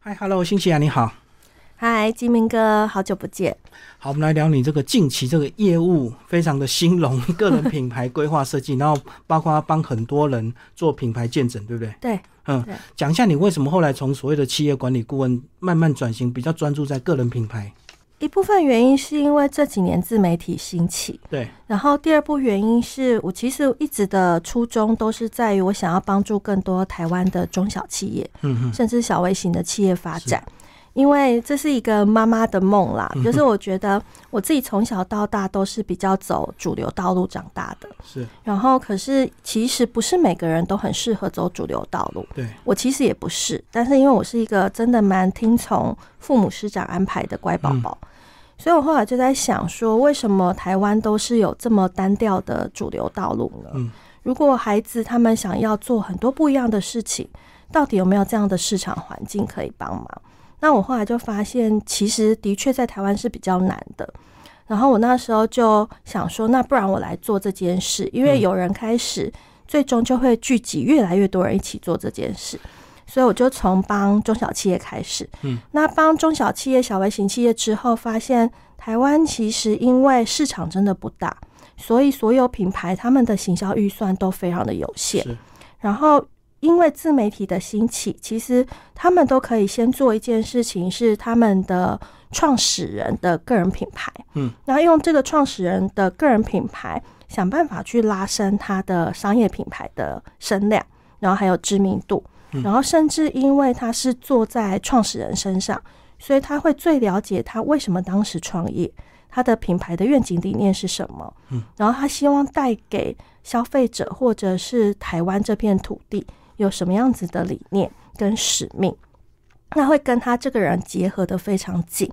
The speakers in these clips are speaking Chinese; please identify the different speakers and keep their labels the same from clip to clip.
Speaker 1: 嗨，Hello，新西亚你好。
Speaker 2: 嗨，金明哥，好久不见。
Speaker 1: 好，我们来聊你这个近期这个业务非常的兴隆， 个人品牌规划设计，然后包括帮很多人做品牌见证，对不对？
Speaker 2: 对，
Speaker 1: 嗯
Speaker 2: 对，
Speaker 1: 讲一下你为什么后来从所谓的企业管理顾问慢慢转型，比较专注在个人品牌。
Speaker 2: 一部分原因是因为这几年自媒体兴起，
Speaker 1: 对，
Speaker 2: 然后第二部原因是我其实一直的初衷都是在于我想要帮助更多台湾的中小企业，
Speaker 1: 嗯哼，
Speaker 2: 甚至小微型的企业发展。因为这是一个妈妈的梦啦，就是我觉得我自己从小到大都是比较走主流道路长大的，
Speaker 1: 是
Speaker 2: 然后可是其实不是每个人都很适合走主流道路，
Speaker 1: 对，
Speaker 2: 我其实也不是，但是因为我是一个真的蛮听从父母师长安排的乖宝宝，所以我后来就在想说，为什么台湾都是有这么单调的主流道路呢？
Speaker 1: 嗯
Speaker 2: 如果孩子他们想要做很多不一样的事情，到底有没有这样的市场环境可以帮忙？那我后来就发现，其实的确在台湾是比较难的。然后我那时候就想说，那不然我来做这件事，因
Speaker 1: 嗯
Speaker 2: 为有人开始，最终就会聚集越来越多人一起做这件事。所以我就从帮中小企业开始，
Speaker 1: 嗯，
Speaker 2: 那帮中小企业、小微型企业之后，发现台湾其实因为市场真的不大，所以所有品牌他们的行销预算都非常的有限。
Speaker 1: 是，
Speaker 2: 然后因为自媒体的兴起，其实他们都可以先做一件事情，是他们的创始人的个人品牌，
Speaker 1: 嗯，
Speaker 2: 然后用这个创始人的个人品牌想办法去拉升他的商业品牌的声量，然后还有知名度，
Speaker 1: 嗯
Speaker 2: 然后甚至因为他是坐在创始人身上，所以他会最了解他为什么当时创业。他的品牌的愿景理念是什么？
Speaker 1: 嗯，
Speaker 2: 然后他希望带给消费者或者是台湾这片土地有什么样子的理念跟使命，那会跟他这个人结合的非常紧。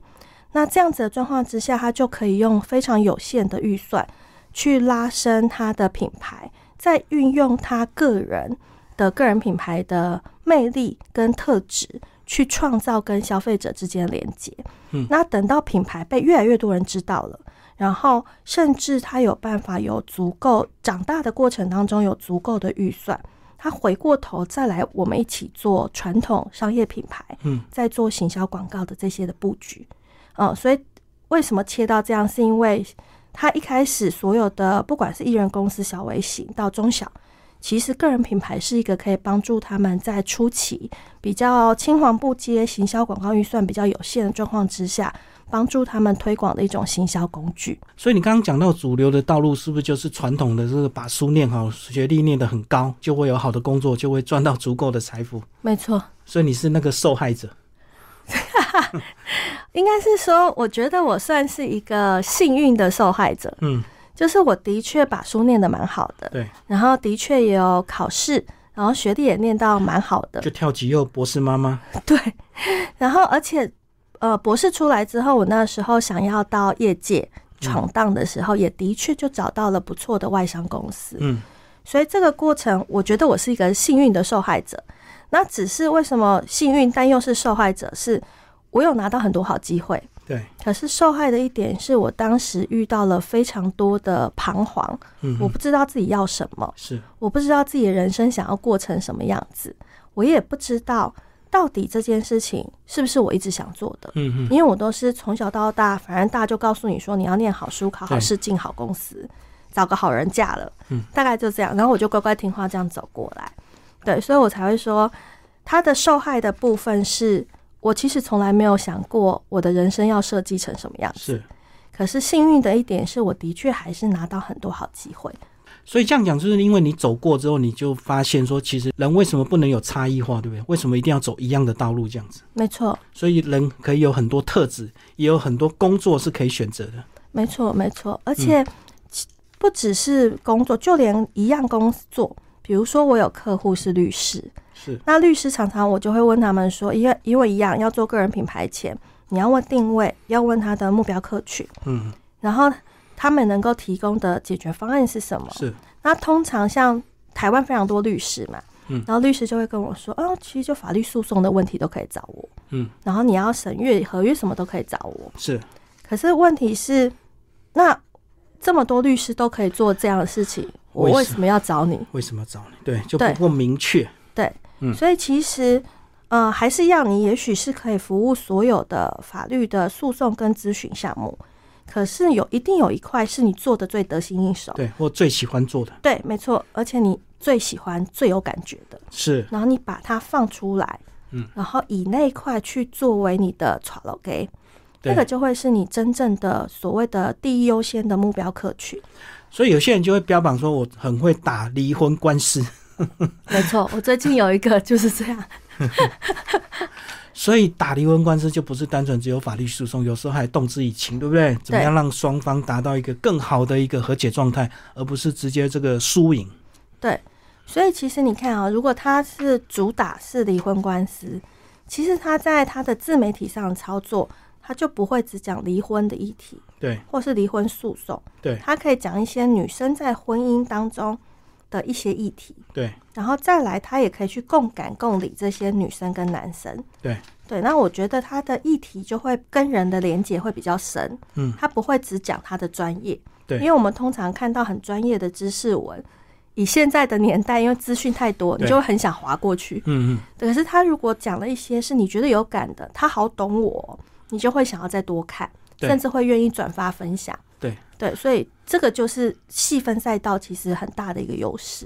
Speaker 2: 那这样子的状况之下，他就可以用非常有限的预算去拉升他的品牌，再运用他个人的个人品牌的魅力跟特质，去创造跟消费者之间的连接。
Speaker 1: 嗯
Speaker 2: 那等到品牌被越来越多人知道了。然后甚至他有办法有足够长大的过程当中有足够的预算，他回过头再来我们一起做传统商业品牌，
Speaker 1: 嗯，
Speaker 2: 在做行销广告的这些的布局，嗯，所以为什么切到这样，是因为他一开始所有的不管是艺人公司、小微型到中小。其实个人品牌是一个可以帮助他们在初期比较青黄不接、行销广告预算比较有限的状况之下，帮助他们推广的一种行销工具。
Speaker 1: 所以你刚刚讲到主流的道路，是不是就是传统的这个把书念好，学历念得很高，就会有好的工作，就会赚到足够的财富？
Speaker 2: 没错，
Speaker 1: 所以你是那个受害者。
Speaker 2: 应该是说，我觉得我算是一个幸运的受害者，
Speaker 1: 嗯，
Speaker 2: 就是我的确把书念得蛮好的，
Speaker 1: 对，
Speaker 2: 然后的确也有考试，然后学历也念到蛮好的
Speaker 1: 就，跳级又博士妈妈。
Speaker 2: 对，然后而且呃，博士出来之后，我那时候想要到业界闯荡的时候，也的确就找到了不错的外商公司，
Speaker 1: 嗯，
Speaker 2: 所以这个过程，我觉得我是一个幸运的受害者。那只是为什么幸运但又是受害者？是我有拿到很多好机会，
Speaker 1: 对，
Speaker 2: 可是受害的一点是我当时遇到了非常多的彷徨，
Speaker 1: 嗯，
Speaker 2: 我不知道自己要什么，
Speaker 1: 是，
Speaker 2: 我不知道自己的人生想要过成什么样子，我也不知道到底这件事情是不是我一直想做的，
Speaker 1: 嗯嗯，
Speaker 2: 因为我都是从小到大，反正大就告诉你说你要念好书、考好
Speaker 1: 对
Speaker 2: 试、进好公司，找个好人嫁了，
Speaker 1: 嗯
Speaker 2: 大概就这样，然后我就乖乖听话这样走过来，对，所以我才会说他的受害的部分是。我其实从来没有想过我的人生要设计成什么样，
Speaker 1: 是。
Speaker 2: 可是幸运的一点是我的确还是拿到很多好机会。
Speaker 1: 所以这样讲，就是因为你走过之后，你就发现说，其实人为什么不能有差异化，对不对？为什么一定要走一样的道路这样子？
Speaker 2: 没错，
Speaker 1: 所以人可以有很多特质，也有很多工作是可以选择的。
Speaker 2: 没错，没错，
Speaker 1: 嗯
Speaker 2: 而且其不只是工作，就连一样工作，比如说我有客户是律师，
Speaker 1: 是，
Speaker 2: 那律师常常我就会问他们说，因为因为一样要做个人品牌前，你要问定位，要问他的目标客群，
Speaker 1: 嗯，
Speaker 2: 然后他们能够提供的解决方案是什么？
Speaker 1: 是，
Speaker 2: 那通常像台湾非常多律师嘛，
Speaker 1: 嗯
Speaker 2: 然后律师就会跟我说，哦，其实就法律诉讼的问题都可以找我，
Speaker 1: 嗯，
Speaker 2: 然后你要审阅合约什么都可以找我，
Speaker 1: 是，
Speaker 2: 可是问题是，那这么多律师都可以做这样的事情，我
Speaker 1: 为
Speaker 2: 为
Speaker 1: 什
Speaker 2: 什么要找你？
Speaker 1: 为什么要找你？对，就不
Speaker 2: 对
Speaker 1: 够明确。
Speaker 2: 对，
Speaker 1: 嗯
Speaker 2: 所以其实呃，还是要你也许是可以服务所有的法律的诉讼跟咨询项目，可是有一定有一块是你做的最得心应手，
Speaker 1: 对，我最喜欢做的
Speaker 2: 对，没错，而且你最喜欢、最有感觉的，
Speaker 1: 是
Speaker 2: 然后你把它放出来，
Speaker 1: 嗯，
Speaker 2: 然后以那一块去作为你的 t r a g
Speaker 1: 对
Speaker 2: 那个就会是你真正的所谓的第一优先的目标客群。
Speaker 1: 所以有些人就会标榜说我很会打离婚官司，
Speaker 2: 没错，我最近有一个就是这样，
Speaker 1: 所以打离婚官司就不是单纯只有法律诉讼，有时候还动之以情，对不对？怎么样让双方达到一个更好的一个和解状态，而不是直接这个输赢？
Speaker 2: 所以其实你看啊、如果他是主打是离婚官司，其实他在他的自媒体上的操作，他就不会只讲离婚的议题
Speaker 1: 对
Speaker 2: 或是离婚诉讼，
Speaker 1: 对
Speaker 2: 他可以讲一些女生在婚姻当中的一些议题，
Speaker 1: 对
Speaker 2: 然后再来他也可以去共感共理这些女生跟男生。
Speaker 1: 对
Speaker 2: 对，那我觉得他的议题就会跟人的连接会比较深，
Speaker 1: 嗯，
Speaker 2: 他不会只讲他的专业，
Speaker 1: 对
Speaker 2: 因为我们通常看到很专业的知识文，以现在的年代，因为资讯太多，你
Speaker 1: 对
Speaker 2: 就会很想划过去。
Speaker 1: 嗯嗯，
Speaker 2: 对可是他如果讲了一些是你觉得有感的，他好懂我，哦你就会想要再多看，
Speaker 1: 对
Speaker 2: 甚至会愿意转发分享。
Speaker 1: 对
Speaker 2: 对，所以这个就是细分赛道其实很大的一个优势，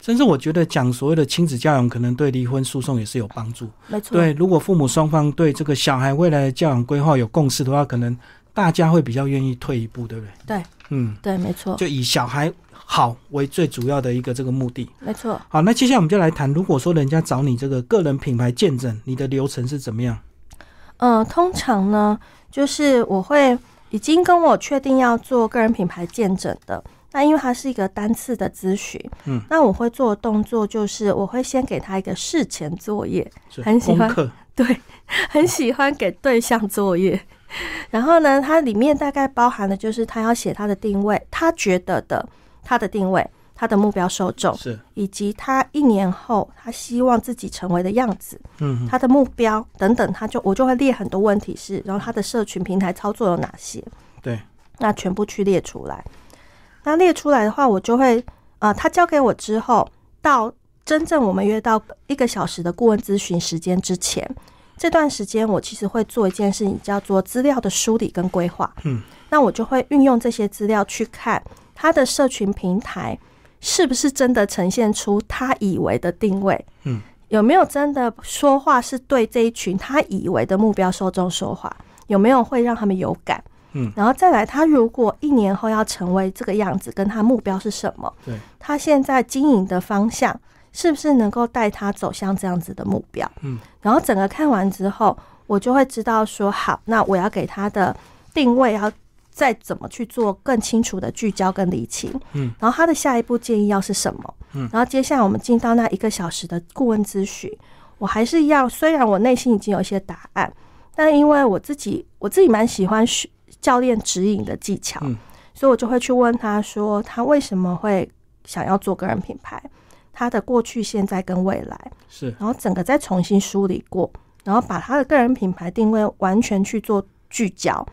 Speaker 1: 甚至我觉得讲所谓的亲子教养，可能对离婚诉讼也是有帮助。
Speaker 2: 没错。
Speaker 1: 对，如果父母双方对这个小孩未来的教养规划有共识的话，可能大家会比较愿意退一步，对不对？
Speaker 2: 对，
Speaker 1: 嗯，
Speaker 2: 对，没错，
Speaker 1: 就以小孩好为最主要的一个这个目的。
Speaker 2: 没错。
Speaker 1: 好，那接下来我们就来谈，如果说人家找你这个个人品牌见证，你的流程是怎么样？
Speaker 2: 嗯，通常呢，就是我会已经跟我确定要做个人品牌见证的。那因为它是一个单次的咨询，
Speaker 1: 嗯，
Speaker 2: 那我会做的动作就是，我会先给他一个事前作业，
Speaker 1: 是
Speaker 2: 很喜
Speaker 1: 功
Speaker 2: 欢
Speaker 1: 课，
Speaker 2: 对，很喜欢给对象作业。 然后呢，它里面大概包含的就是他要写他的定位，他觉得的他的定位，他的目标受众，
Speaker 1: 是，
Speaker 2: 以及他一年后他希望自己成为的样子。
Speaker 1: 嗯，
Speaker 2: 他的目标等等，他就我就会列很多问题是，然后他的社群平台操作有哪些，
Speaker 1: 对，
Speaker 2: 那全部去列出来。那列出来的话，我就会呃，他交给我之后，到真正我们约到一个小时的顾问咨询时间之前，这段时间我其实会做一件事情，叫做资料的梳理跟规划。
Speaker 1: 嗯，
Speaker 2: 那我就会运用这些资料去看他的社群平台是不是真的呈现出他以为的定位。
Speaker 1: 嗯，
Speaker 2: 有没有真的说话是对这一群他以为的目标受众说话？有没有会让他们有感？
Speaker 1: 嗯，
Speaker 2: 然后再来，他如果一年后要成为这个样子，跟他目标是什么？
Speaker 1: 对，
Speaker 2: 他现在经营的方向是不是能够带他走向这样子的目标？
Speaker 1: 嗯，
Speaker 2: 然后整个看完之后，我就会知道说，好，那我要给他的定位要再怎么去做更清楚的聚焦跟理清。
Speaker 1: 嗯，
Speaker 2: 然后他的下一步建议要是什么？
Speaker 1: 嗯，
Speaker 2: 然后接下来我们进到那一个小时的顾问咨询，我还是一样，虽然我内心已经有一些答案，但因为我自己我自己蛮喜欢学教练指引的技巧，
Speaker 1: 嗯
Speaker 2: 所以我就会去问他说，他为什么会想要做个人品牌，他的过去、现在跟未来。
Speaker 1: 是，
Speaker 2: 然后整个再重新梳理过，然后把他的个人品牌定位完全去做聚焦，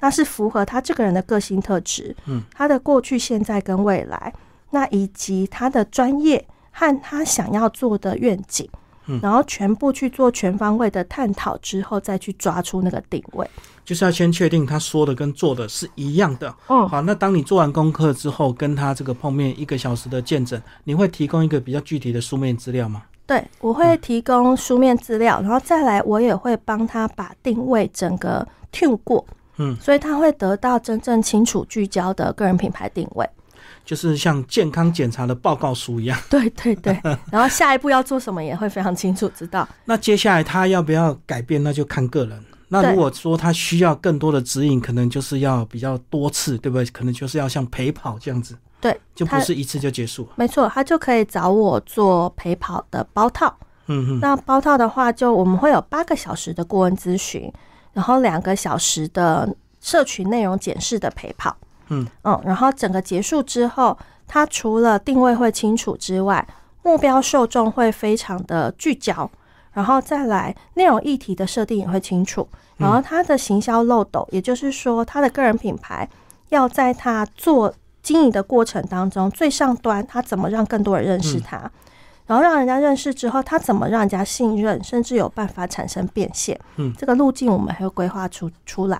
Speaker 2: 那是符合他这个人的个性特质，
Speaker 1: 嗯，
Speaker 2: 他的过去、现在跟未来，那以及他的专业和他想要做的愿景，
Speaker 1: 嗯
Speaker 2: 然后全部去做全方位的探讨之后，再去抓出那个定位，
Speaker 1: 就是要先确定他说的跟做的是一样的。
Speaker 2: 嗯，
Speaker 1: 好，那当你做完功课之后，跟他这个碰面一个小时的见证，你会提供一个比较具体的书面资料吗？
Speaker 2: 对，我会提供书面资料，然后再来我也会帮他把定位整个 tune 过，
Speaker 1: 嗯，
Speaker 2: 所以他会得到真正清楚聚焦的个人品牌定位。
Speaker 1: 就是像健康检查的报告书一样。
Speaker 2: 对对对，然后下一步要做什么也会非常清楚知道。
Speaker 1: 那接下来他要不要改变，那就看个人。那
Speaker 2: 对
Speaker 1: 如果说他需要更多的指引，可能就是要比较多次，对不对？可能就是要像陪跑这样子，
Speaker 2: 对，
Speaker 1: 就不
Speaker 2: 他
Speaker 1: 是一次就结束。
Speaker 2: 没错，他就可以找我做陪跑的包套。
Speaker 1: 嗯嗯，
Speaker 2: 那包套的话，就我们会有八个小时的顾问咨询，然后两个小时的社群内容检视的陪跑。
Speaker 1: 嗯
Speaker 2: 嗯，然后整个结束之后，它除了定位会清楚之外，目标受众会非常的聚焦，然后再来内容议题的设定也会清楚，
Speaker 1: 嗯
Speaker 2: 然后它的行销漏斗，也就是说它的个人品牌要在
Speaker 1: 嗯
Speaker 2: 它做经营的过程当中最上端，它怎么让更多人认识它。然后让人家认识之后，他怎么让人家信任，甚至有办法产生变现，
Speaker 1: 嗯
Speaker 2: 这个路径我们还会规划出出来，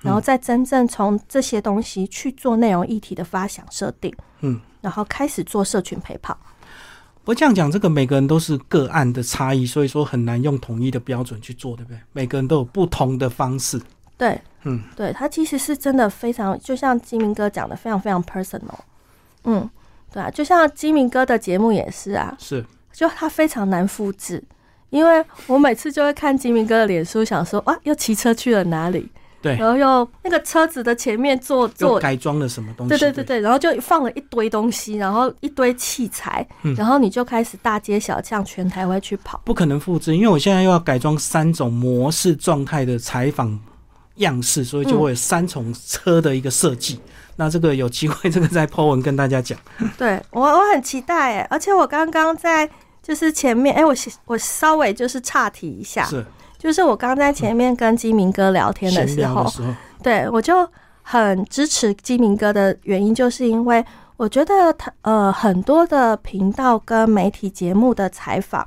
Speaker 2: 然后再真正从这些东西去做内容议题的发想设定，
Speaker 1: 嗯，
Speaker 2: 然后开始做社群陪跑，
Speaker 1: 不过这样讲，这个每个人都是个案的差异，所以说很难用统一的标准去做，对不对？每个人都有不同的方式。
Speaker 2: 对，
Speaker 1: 嗯，
Speaker 2: 对，它其实是真的非常，就像金明哥讲的，非常非常 personal，嗯，对啊，就像金明哥的节目也是啊，
Speaker 1: 是，
Speaker 2: 就他非常难复制，因为我每次就会看金明哥的脸书，想说啊，又骑车去了哪里？
Speaker 1: 对
Speaker 2: 然后又那个车子的前面坐
Speaker 1: 又
Speaker 2: 坐，
Speaker 1: 改装了什么东西？
Speaker 2: 对对对对，然后就放了一堆东西，然后一堆器材，
Speaker 1: 嗯
Speaker 2: 然后你就开始大街小巷全台湾去跑，
Speaker 1: 不可能复制，因为我现在又要改装三种模式状态的采访样式，所以就会有三种车的一个设计。那这个有机会，这个在 Po 文跟大家讲。
Speaker 2: 对我我很期待哎，而且我刚刚在就是前面哎，我我稍微就是岔题一下，
Speaker 1: 啊是
Speaker 2: 就是我刚在前面跟基明哥聊天的
Speaker 1: 闲
Speaker 2: 时
Speaker 1: 聊
Speaker 2: 候
Speaker 1: 的，时候，
Speaker 2: 对我就很支持基明哥的原因，就是因为我觉得他呃很多的频道跟媒体节目的采访，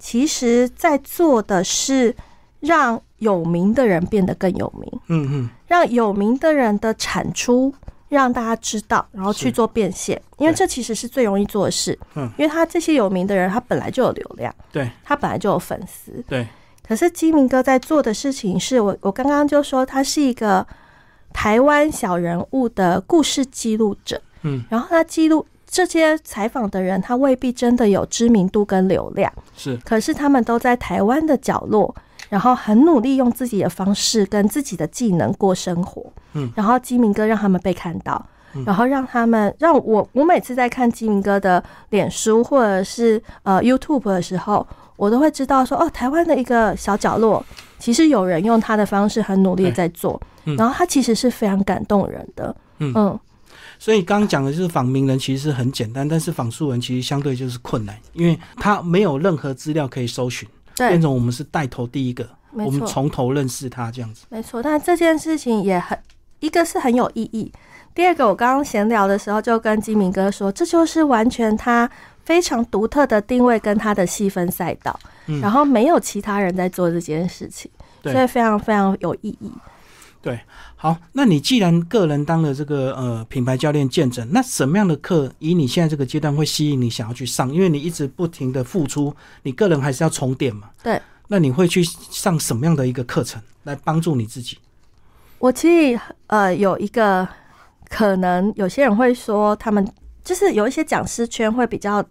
Speaker 2: 其实在做的是让有名的人变得更有名，
Speaker 1: 嗯嗯，
Speaker 2: 让有名的人的产出让大家知道，然后去
Speaker 1: 是
Speaker 2: 做变现，因为
Speaker 1: 对
Speaker 2: 这其实是最容易做的事。
Speaker 1: 嗯，
Speaker 2: 因为他这些有名的人，他本来就有流量，
Speaker 1: 对
Speaker 2: 他本来就有粉丝，
Speaker 1: 对，
Speaker 2: 可是基明哥在做的事情是我，我刚刚就说他是一个台湾小人物的故事记录者，
Speaker 1: 嗯，
Speaker 2: 然后他记录这些采访的人，他未必真的有知名度跟流量，
Speaker 1: 是
Speaker 2: 可是他们都在台湾的角落，然后很努力用自己的方式跟自己的技能过生活，
Speaker 1: 嗯，
Speaker 2: 然后基明哥让他们被看到。然后让他们让我，我每次在看基明哥的脸书或者是呃 YouTube 的时候，我都会知道说，哦，台湾的一个小角落，其实有人用他的方式很努力地在做，
Speaker 1: 嗯
Speaker 2: 然后他其实是非常感动人的。
Speaker 1: 嗯
Speaker 2: 嗯，
Speaker 1: 所以刚刚讲的就是访名人其实很简单，但是访素人其实相对就是困难，因为他没有任何资料可以搜寻，变
Speaker 2: 对，
Speaker 1: 成我们是带头第一个，
Speaker 2: 没
Speaker 1: 我们
Speaker 2: 错，
Speaker 1: 从头认识他这样子。
Speaker 2: 没错。但这件事情也很，一个是很有意义，第二个我刚刚闲聊的时候就跟基明哥说，这就是完全他非常独特的定位跟他的细分赛道，
Speaker 1: 嗯
Speaker 2: 然后没有其他人在做这件事情，
Speaker 1: 对
Speaker 2: 所以非常非常有意义。
Speaker 1: 好，那你既然个人当了这个呃品牌教练见证，那什么样的课以你现在这个阶段会吸引你想要去上？因为你一直不停的付出，你个人还是要充电嘛。
Speaker 2: 对。
Speaker 1: 那你会去上什么样的一个课程来帮助你自己？
Speaker 2: 我其实呃有一个可能，有些人会说他们就是有一些讲师圈会比较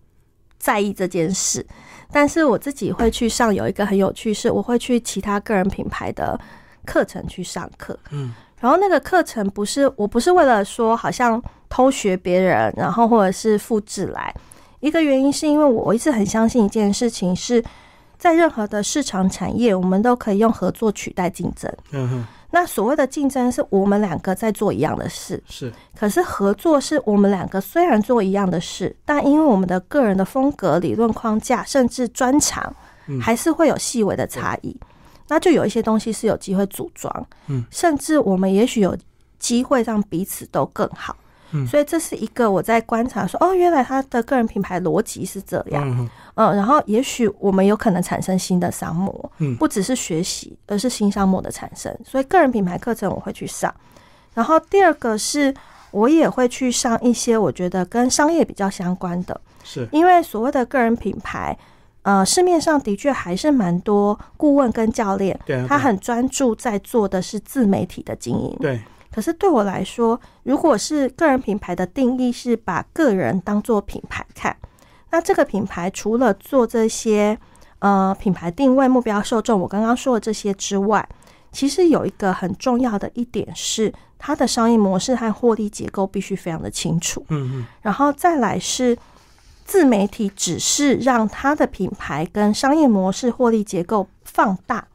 Speaker 2: 在意这件事，但是我自己会去上有一个很有趣是，我会去其他个人品牌的课程去上课，
Speaker 1: 嗯，
Speaker 2: 然后那个课程不是我不是为了说好像偷学别人，然后或者是复制来，一个原因是因为我一直很相信一件事情是。在任何的市场产业，我们都可以用合作取代竞争。
Speaker 1: 嗯哼，
Speaker 2: 那所谓的竞争是我们两个在做一样的事，
Speaker 1: 是
Speaker 2: 可是合作是我们两个虽然做一样的事，但因为我们的个人的风格、理论框架，甚至专长
Speaker 1: 嗯，
Speaker 2: 还是会有细微的差异。那就有一些东西是有机会组装，
Speaker 1: 嗯，
Speaker 2: 甚至我们也许有机会让彼此都更好。
Speaker 1: 嗯
Speaker 2: 所以这是一个我在观察说，哦，原来他的个人品牌逻辑是这样，
Speaker 1: 嗯哼，
Speaker 2: 嗯，然后也许我们有可能产生新的商模，
Speaker 1: 嗯
Speaker 2: 不只是学习，而是新商模的产生。所以个人品牌课程我会去上，然后第二个是我也会去上一些我觉得跟商业比较相关的，
Speaker 1: 是
Speaker 2: 因为所谓的个人品牌，呃，市面上的确还是蛮多顾问跟教练，
Speaker 1: 对啊，
Speaker 2: 他很专注在做的是自媒体的经营。
Speaker 1: 对
Speaker 2: 可是对我来说，如果是个人品牌的定义是把个人当做品牌看，那这个品牌除了做这些呃品牌定位、目标受众，我刚刚说的这些之外，其实有一个很重要的一点是，它的商业模式和获利结构必须非常的清楚。
Speaker 1: 嗯嗯
Speaker 2: 然后再来是自媒体，只是让它的品牌跟商业模式、获利结构放大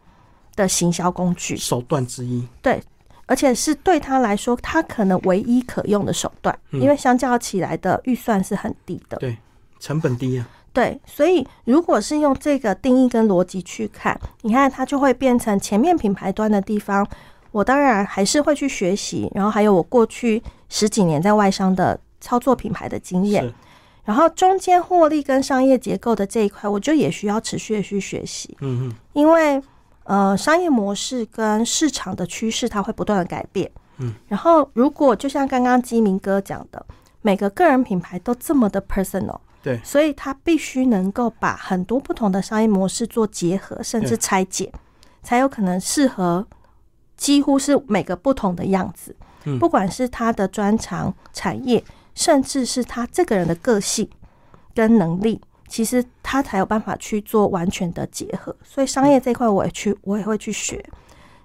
Speaker 2: 的行销工具。
Speaker 1: 手段之一，
Speaker 2: 而且是对他来说，他可能唯一可用的手段，
Speaker 1: 嗯
Speaker 2: 因为相较起来的预算是很低的。
Speaker 1: 成本低啊。
Speaker 2: 对，所以如果是用这个定义跟逻辑去看，你看它就会变成前面品牌端的地方，我当然还是会去学习，然后还有我过去十几年在外商的操作品牌的经验，
Speaker 1: 是
Speaker 2: 然后中间获利跟商业结构的这一块，我觉得也需要持续的去学习，
Speaker 1: 嗯嗯
Speaker 2: 因为呃，商业模式跟市场的趋势它会不断的改变。
Speaker 1: 嗯，
Speaker 2: 然后如果就像刚刚基明哥讲的，每个个人品牌都这么的 personal，
Speaker 1: 对
Speaker 2: 所以它必须能够把很多不同的商业模式做结合，甚
Speaker 1: 对
Speaker 2: 至拆解，才有可能适合几乎是每个不同的样子。
Speaker 1: 嗯
Speaker 2: 不管是他的专长、产业，甚至是他这个人的个性跟能力，其实他才有办法去做完全的结合。所以商业这一块，我也
Speaker 1: 嗯
Speaker 2: 去，我也会去学。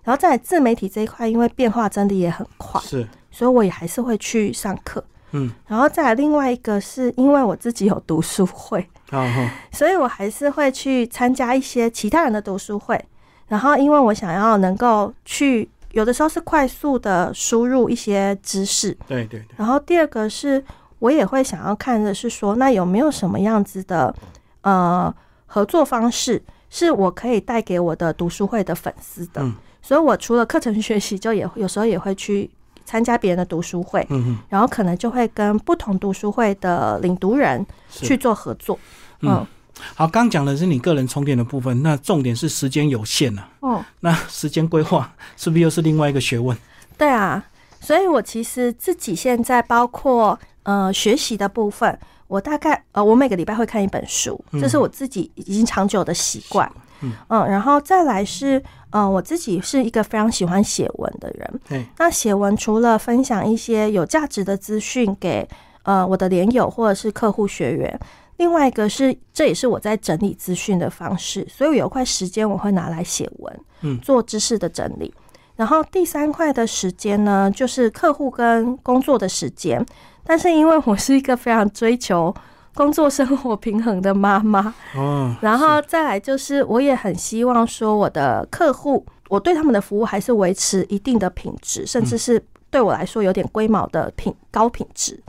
Speaker 2: 然后再来自媒体这一块，因为变化真的也很快，
Speaker 1: 是，
Speaker 2: 所以我也还是会去上课。
Speaker 1: 嗯，
Speaker 2: 然后再来另外一个是因为我自己有读书会，
Speaker 1: 好好，
Speaker 2: 所以我还是会去参加一些其他人的读书会。然后，因为我想要能够去，有的时候是快速的输入一些知识。
Speaker 1: 对对对，
Speaker 2: 然后第二个是我也会想要看的是说，那有没有什么样子的呃合作方式，是我可以带给我的读书会的粉丝的。
Speaker 1: 嗯
Speaker 2: 所以我除了课程学习，就也有时候也会去参加别人的读书会，
Speaker 1: 嗯嗯，
Speaker 2: 然后可能就会跟不同读书会的领读人
Speaker 1: 是
Speaker 2: 去做合作。
Speaker 1: 嗯好，刚讲的是你个人充电的部分，那重点是时间有限啊，
Speaker 2: 嗯，
Speaker 1: 那时间规划 是不是又是另外一个学问？
Speaker 2: 对啊，所以我其实自己现在包括呃学习的部分，我大概呃我每个礼拜会看一本书，这是我自己已经长久的习惯。
Speaker 1: 嗯
Speaker 2: 然后再来是呃我自己是一个非常喜欢写文的人，
Speaker 1: 对，
Speaker 2: 那写文除了分享一些有价值的资讯给呃我的连友或者是客户学员。另外一个是，这也是我在整理资讯的方式，所以我有一块时间我会拿来写文，
Speaker 1: 嗯
Speaker 2: 做知识的整理。然后第三块的时间呢，就是客户跟工作的时间。但是因为我是一个非常追求工作生活平衡的妈妈，
Speaker 1: 哦，
Speaker 2: 然后再来就是我也很希望说我的客户，我对他们的服务还是维持一定的品质，甚至是对我来说有点龟毛的品高品质。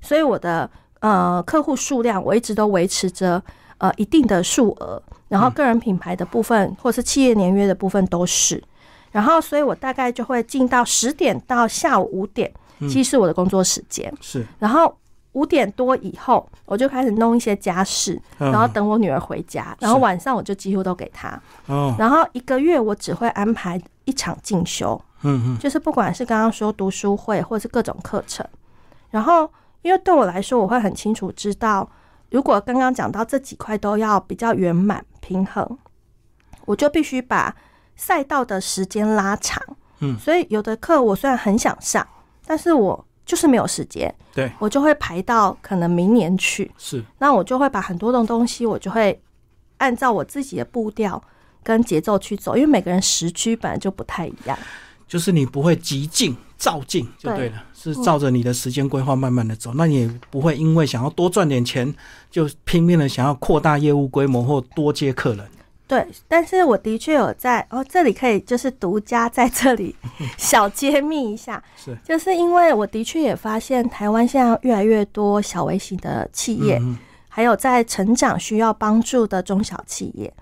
Speaker 2: 所以我的呃客户数量我一直都维持着呃一定的数额，然后个人品牌的部分或是企业年约的部分都是。然后，所以我大概就会进到十点到下午五点，
Speaker 1: 嗯
Speaker 2: 其实是我的工作时间。
Speaker 1: 是，
Speaker 2: 然后五点多以后，我就开始弄一些家事，
Speaker 1: 嗯
Speaker 2: 然后等我女儿回家，然后
Speaker 1: 是
Speaker 2: 晚上我就几乎都给她。
Speaker 1: 哦，
Speaker 2: 然后一个月我只会安排一场进修，
Speaker 1: 嗯嗯，
Speaker 2: 就是不管是刚刚说读书会或是各种课程。然后，因为对我来说，我会很清楚知道，如果刚刚讲到这几块都要比较圆满平衡，我就必须把赛道的时间拉长。
Speaker 1: 嗯
Speaker 2: 所以有的课我虽然很想上，但是我就是没有时间，
Speaker 1: 对，
Speaker 2: 我就会排到可能明年去。
Speaker 1: 是，
Speaker 2: 那我就会把很多种东西，我就会按照我自己的步调跟节奏去走，因为每个人时区本来就不太一样。
Speaker 1: 就是你不会急进照进就对了，是
Speaker 2: 嗯
Speaker 1: 照着你的时间规划慢慢的走，那你也不会因为想要多赚点钱就拼命的想要扩大业务规模或多接客人。
Speaker 2: 对，但是我的确有在哦，这里可以就是独家在这里 小揭秘一下，
Speaker 1: 是，
Speaker 2: 就是因为我的确也发现台湾现在越来越多小微型的企业，
Speaker 1: 嗯
Speaker 2: 还有在成长需要帮助的中小企业。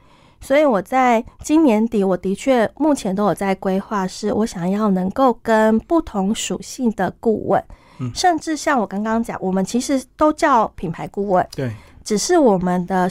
Speaker 2: 所以我在今年底，我的确目前都有在规划，是我想要能够跟不同属性的顾问，
Speaker 1: 嗯
Speaker 2: 甚至像我刚刚讲，我们其实都叫品牌顾问，
Speaker 1: 对，
Speaker 2: 只是我们的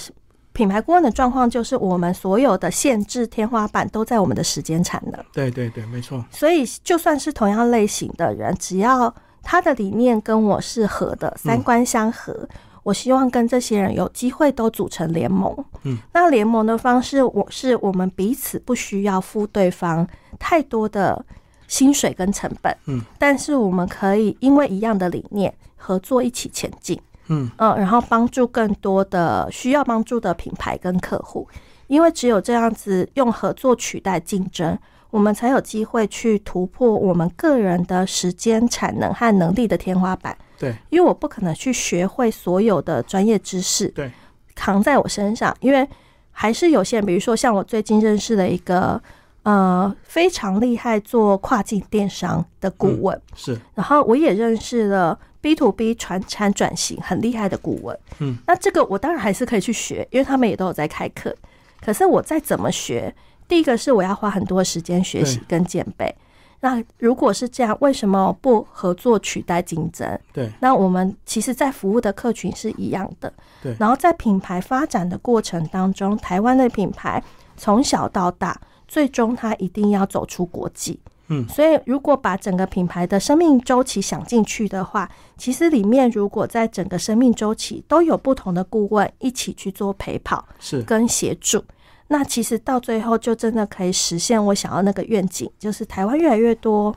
Speaker 2: 品牌顾问的状况就是，我们所有的限制天花板都在我们的时间产能。
Speaker 1: 对对对，没错，
Speaker 2: 所以就算是同样类型的人，只要他的理念跟我是合的，
Speaker 1: 嗯
Speaker 2: 三观相合，我希望跟这些人有机会都组成联盟。
Speaker 1: 嗯，
Speaker 2: 那联盟的方式，我是我们彼此不需要付对方太多的薪水跟成本。
Speaker 1: 嗯，
Speaker 2: 但是我们可以因为一样的理念合作一起前进。
Speaker 1: 嗯
Speaker 2: 嗯，然后帮助更多的需要帮助的品牌跟客户，因为只有这样子用合作取代竞争，我们才有机会去突破我们个人的时间、产能和能力的天花板。
Speaker 1: 对，
Speaker 2: 因为我不可能去学会所有的专业知识，
Speaker 1: 对，
Speaker 2: 扛在我身上，因为还是有些人，比如说像我最近认识的一个呃非常厉害做跨境电商的顾问，
Speaker 1: 是，
Speaker 2: 然后我也认识了 B to B 传产转型很厉害的顾问，
Speaker 1: 嗯，
Speaker 2: 那这个我当然还是可以去学，因为他们也都有在开课。可是我再怎么学，第一个是我要花很多时间学习跟建备，那如果是这样，为什么不合作取代竞争？
Speaker 1: 对，
Speaker 2: 那我们其实，在服务的客群是一样的。
Speaker 1: 对
Speaker 2: 然后在品牌发展的过程当中，台湾的品牌从小到大，最终它一定要走出国际。
Speaker 1: 嗯
Speaker 2: 所以如果把整个品牌的生命周期想进去的话，其实里面如果在整个生命周期都有不同的顾问一起去做陪跑
Speaker 1: 是
Speaker 2: 跟协助，那其实到最后就真的可以实现我想要那个愿景，就是台湾越来越多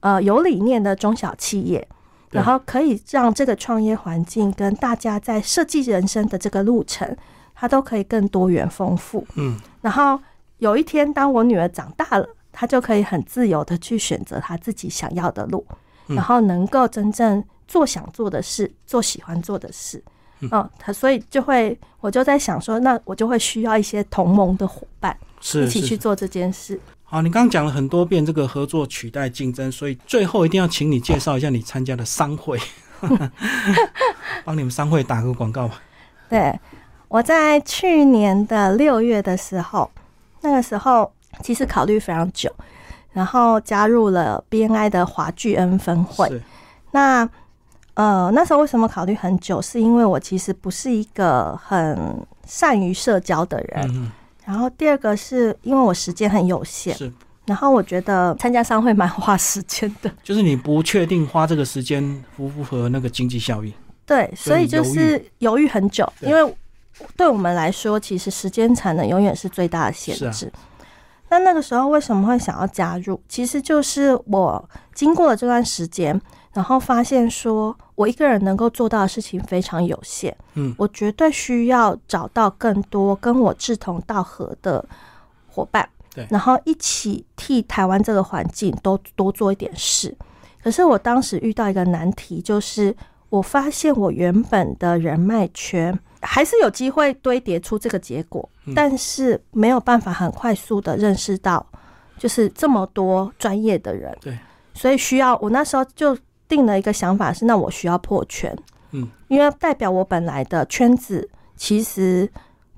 Speaker 2: 呃有理念的中小企业，
Speaker 1: 对
Speaker 2: 然后可以让这个创业环境跟大家在设计人生的这个路程，它都可以更多元丰富。
Speaker 1: 嗯，
Speaker 2: 然后有一天，当我女儿长大了，她就可以很自由的去选择她自己想要的路，
Speaker 1: 嗯
Speaker 2: 然后能够真正做想做的事，做喜欢做的事。
Speaker 1: 嗯
Speaker 2: 嗯，她所以就会，我就在想说，那我就会需要一些同盟的伙伴一
Speaker 1: 是
Speaker 2: 起
Speaker 1: 是
Speaker 2: 去。做这件事。
Speaker 1: 好，你刚刚讲了很多遍这个合作取代竞争，所以最后一定要请你介绍一下你参加的商 会，帮你们商会打个广告吧。
Speaker 2: 对，我在去年的六月的时候，那个时候其实考虑非常久，然后加入了 BNI 的华聚恩分会。
Speaker 1: 是
Speaker 2: 那呃，那时候为什么考虑很久？是因为我其实不是一个很善于社交的人。
Speaker 1: 嗯，
Speaker 2: 然后第二个是因为我时间很有
Speaker 1: 嗯
Speaker 2: 限，
Speaker 1: 是，
Speaker 2: 然后我觉得参加商会蛮花时间的。
Speaker 1: 就是你不确定花这个时间符不符合那个经济效益。
Speaker 2: 对，所以
Speaker 1: 所以
Speaker 2: 就
Speaker 1: 犹豫
Speaker 2: 是犹豫很久，
Speaker 1: 对
Speaker 2: 因为对我们来说，其实时间产能永远是最大的限
Speaker 1: 是啊
Speaker 2: 制。那那个时候为什么会想要加入？其实就是我经过了这段时间，然后发现说我一个人能够做到的事情非常有限。
Speaker 1: 嗯
Speaker 2: 我绝对需要找到更多跟我志同道合的伙伴，
Speaker 1: 对
Speaker 2: 然后一起替台湾这个环境都多做一点事。可是我当时遇到一个难题，就是我发现我原本的人脉圈还是有机会堆叠出这个结果，
Speaker 1: 嗯
Speaker 2: 但是没有办法很快速的认识到，就是这么多专业的人。
Speaker 1: 对，
Speaker 2: 所以需要我那时候就定了一个想法是，那我需要破圈。
Speaker 1: 嗯，
Speaker 2: 因为代表我本来的圈子其实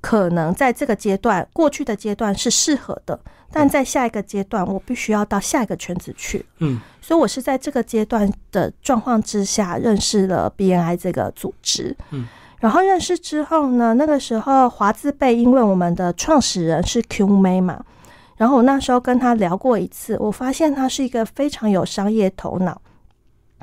Speaker 2: 可能在这个阶段，过去的阶段是适合的，但在下一个阶段，我必须要到下一个圈子去。
Speaker 1: 嗯，
Speaker 2: 所以我是在这个阶段的状况之下认识了 BNI 这个组织。
Speaker 1: 嗯，
Speaker 2: 然后认识之后呢，那个时候华字辈，因为我们的创始人是 Q 妹嘛，然后我那时候跟他聊过一次，我发现他是一个非常有商业头脑，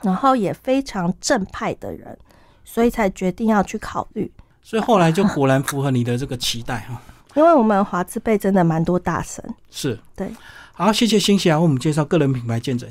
Speaker 2: 然后也非常正派的人，所以才决定要去考虑。
Speaker 1: 所以后来就果然符合你的这个期待哈。
Speaker 2: 因为我们华字辈真的蛮多大神，
Speaker 1: 是，
Speaker 2: 对。
Speaker 1: 好，谢谢新霞为我们介绍个人品牌见证。